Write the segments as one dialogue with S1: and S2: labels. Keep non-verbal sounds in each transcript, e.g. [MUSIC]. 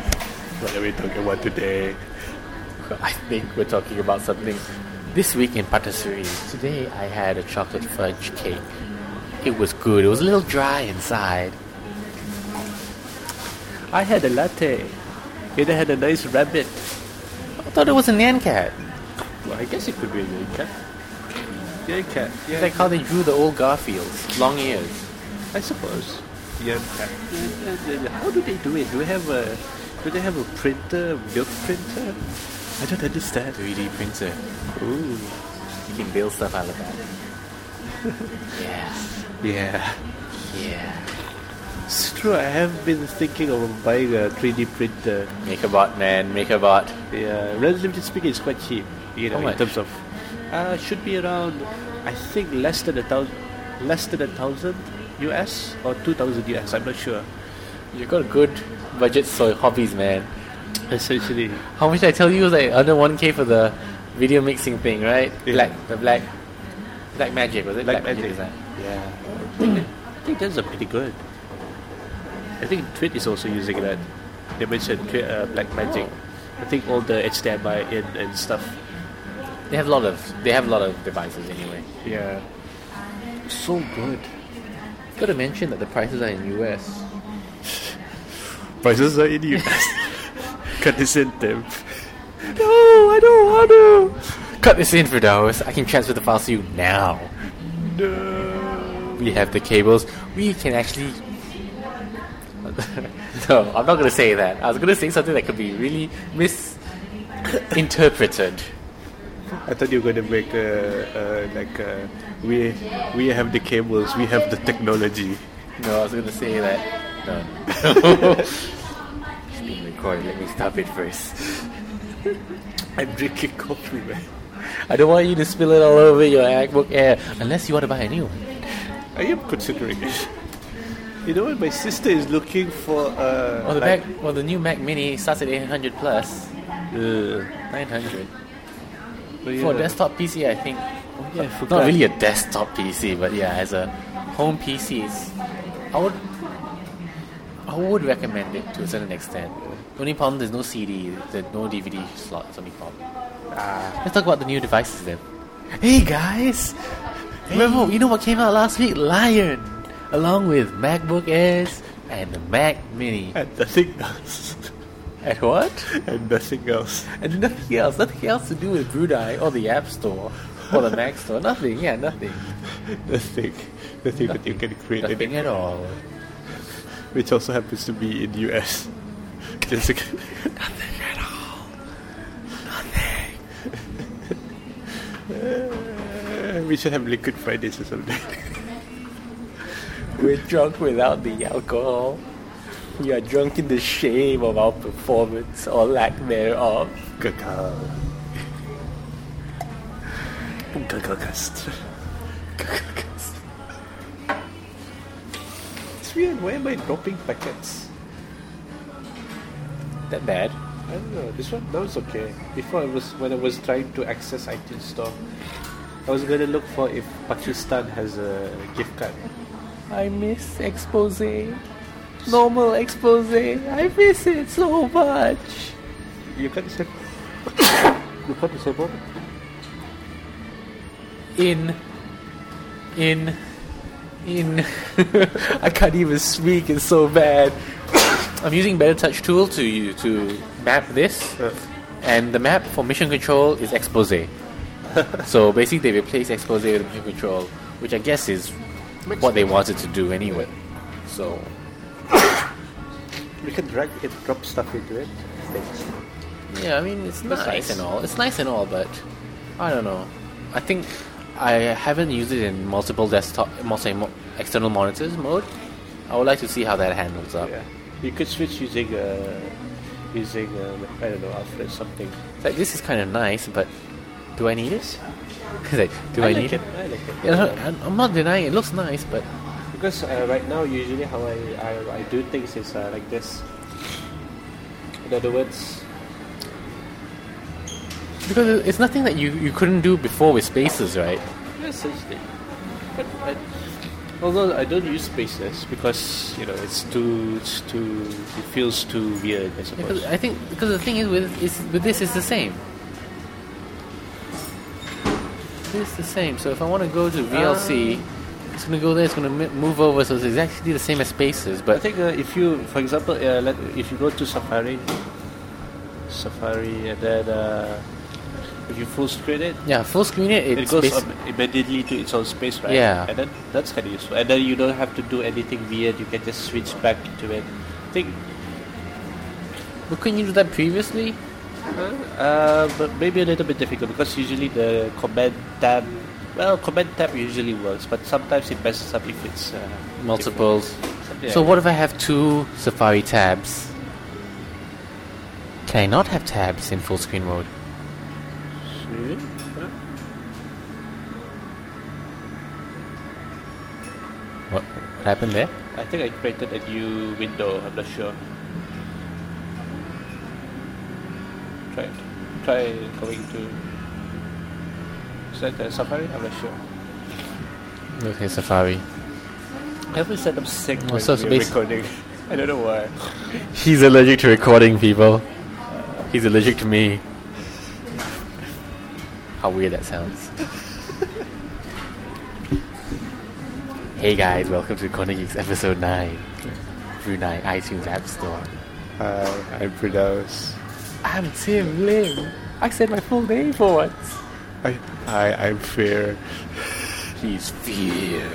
S1: What are we talking about today? I think we're talking about something. This week in patisserie, today I had a chocolate fudge cake. It was good. It was a little dry inside. I had a latte. It had a nice rabbit. I thought it was a Nyan cat.
S2: Well, I guess it could be a yay cat. Yay cat. Yeah,
S1: It's like how they drew the old Garfields, long ears.
S2: I suppose. Yeah, cat. Yeah, yeah, yeah. How do they do it? Do they have a do they have a printer, milk printer? I don't understand.
S1: 3D printer.
S2: Ooh.
S1: You can build stuff out of that. [LAUGHS] yeah,
S2: Yeah. [LAUGHS]
S1: yeah.
S2: It's true. I have been thinking of buying a 3D printer.
S1: Make a bot, man. Make a bot.
S2: Yeah, relatively speaking, it's quite cheap. You know,
S1: How
S2: in
S1: much?
S2: terms of, uh, should be around, I think less than a thousand, less than a thousand US or two thousand US. I'm not sure.
S1: You got a good budget for hobbies, man.
S2: Essentially,
S1: How much did I tell you? It was like under 1k for the video mixing thing, right?
S2: Yeah.
S1: Black, the black, black magic was it?
S2: Black Magic.
S1: design.
S2: yeah, I think, I think that's a pretty good. I think Twit is also using that. They mentioned Twit, uh, Black Magic. I think all the HDMI in and stuff.
S1: They have a lot of they have a lot of devices anyway.
S2: Yeah, so good.
S1: Got to mention that the prices are in US.
S2: Prices are in [LAUGHS] US. Cut this in, Tim. No, I don't want to.
S1: Cut this in for dollars. I can transfer the files to you now.
S2: No.
S1: We have the cables. We can actually. [LAUGHS] no, I'm not gonna say that. I was gonna say something that could be really misinterpreted.
S2: I thought you were going to make a, uh like a, we we have the cables, we have the technology. [LAUGHS]
S1: No, I was gonna say that. No. it's being recorded. Let me stop it first.
S2: I'm drinking coffee, man.
S1: I don't want you to spill it all over your MacBook Air, unless you want to buy a new one.
S2: I am considering it. You know what? My sister is looking for uh,
S1: Well, the
S2: like-
S1: Mac, well, the new Mac Mini starts at 800 plus,
S2: Uh,
S1: 900.
S2: but yeah.
S1: For a desktop PC, I think.
S2: yeah, I
S1: Not
S2: forgot.
S1: really a desktop PC, but yeah, as a home PC, it's, I would I would recommend it to a certain extent. The only problem there's no CD, there's no DVD slot. It's only problem. Let's talk about the new devices then. Ah. Hey guys, remember you know what came out last week? Lion, along with MacBook Airs and the Mac Mini.
S2: and nothing else.
S1: [LAUGHS]
S2: [LAUGHS]
S1: And what?
S2: and nothing else. [LAUGHS]
S1: And nothing else. Nothing else to do with Brewdie or the App Store or the Mac Store. Nothing. Yeah, nothing.
S2: Nothing. Nothing that you can create any
S1: Nothing at all.
S2: which also happens to be in [LAUGHS] US. Just a- Uh, [LAUGHS] we should have liquid Fridays or something.
S1: We're drunk without the alcohol. We are drunk in the shame of our performance or lack thereof.
S2: Cacao. Cacao cast. It's weird. Why am I dropping packets?
S1: That bad.
S2: I don't know. This one now it's okay. Before I was when I was trying to access iTunes Store, I was gonna look for if Pakistan has a gift card.
S1: I miss expose. Normal expose. I miss it so much.
S2: You can't say. [COUGHS] you can't say what?
S1: In. In. In. [LAUGHS] I can't even speak, it's so bad. [COUGHS] I'm using Better Touch Tool to, to map this. And the map for mission control is expose. so basically, they replaced expose with mission control, which I guess is what they wanted to do anyway. So
S2: we can drag it, drop stuff into it.
S1: yeah, I mean it's nice,
S2: That's nice.
S1: and all. It's nice and all, but I don't know. I think I haven't used it in multiple desktop, multi mo- external monitors mode. I would like to see how that handles up.
S2: Yeah. You could switch using uh, using uh, I don't know Alfred something.
S1: Like this is kind of nice, but do I need it? [LAUGHS] like, do I,
S2: like
S1: need it?
S2: it? I like it. Um,
S1: Yeah, I- I'm not denying it looks nice, but
S2: Because uh, right now, usually how I, I, I do things is uh, like this. In other words,
S1: Because it's nothing that you, you couldn't do before with spaces, right?
S2: essentially. But, but Although I don't use spaces because you know it's too it's too it feels too weird.
S1: Yeah,
S2: I suppose.
S1: 'cause I think because the thing is with is with this is the same. It's the same. So if I want to go to VLC,
S2: Ah.
S1: it's gonna go there. It's gonna m- move over. So it's exactly the same as Spaces,
S2: I
S1: but
S2: think uh, if you, for example, uh, let, if you go to Safari, Safari, and then uh, if you full screen it,
S1: yeah, full screen it.
S2: it
S1: It's
S2: goes
S1: basi-
S2: up immediately to its own space, right?
S1: Yeah.
S2: And then that's kind of useful. And then you don't have to do anything weird. You can just switch back into it. I think,
S1: But couldn't you do that previously?
S2: uh, but maybe a little bit difficult because usually the command tab, well, command tab usually works, but sometimes it messes up if it's uh,
S1: Multiples.
S2: different. Yeah.
S1: So what if I have two Safari tabs? Can I not have tabs in full screen mode? What, what happened there?
S2: I think I created a new window. I'm not sure. Try it. Try going to. Is that uh, Safari? I'm not sure.
S1: Okay, Safari.
S2: Have we set up sync
S1: Oh,
S2: when
S1: so it's
S2: we're
S1: basi-
S2: recording? [LAUGHS] I don't know why.
S1: He's allergic to recording, people. He's allergic to me. How weird that sounds. hey guys, welcome to Recording Geeks episode 9. Brunei iTunes App Store.
S2: Hi, I'm Pradaus.
S1: I'm Tim Lim. I said my full name for once.
S2: I, hi, I'm Fear.
S1: He's fear.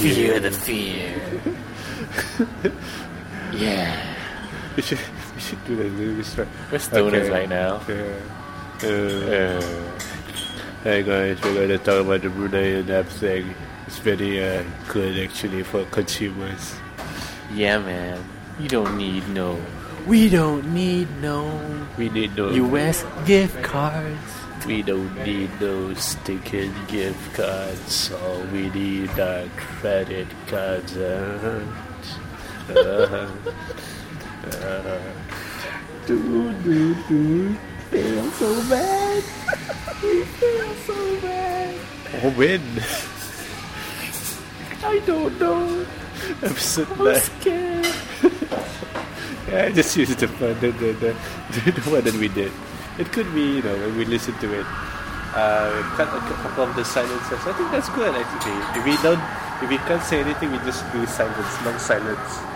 S1: Fear the fear. [LAUGHS] yeah.
S2: We should, we should do that. Do this right.
S1: We're stoners right now.
S2: Yeah. Uh, hey guys, we're going to talk about the Bruneian app thing. It's very uh, good actually for consumers.
S1: Yeah, man. You don't need no. We don't need no.
S2: We need no. [LAUGHS]
S1: US gift cards.
S2: We don't need no stinking gift cards. All we need are credit cards. Uh, uh, uh, dude, dude, dude. Fail so bad. [LAUGHS] We fail so bad. Or win. I don't know. I'm so scared. [LAUGHS] Yeah, I just used the fun, the, the, the, the one that [LAUGHS] we did. It could be, you know, when we listen to it, uh, cut a cou- couple of the silences. I think that's good, actually. If we don't, if we can't say anything, we just do silence, long silence.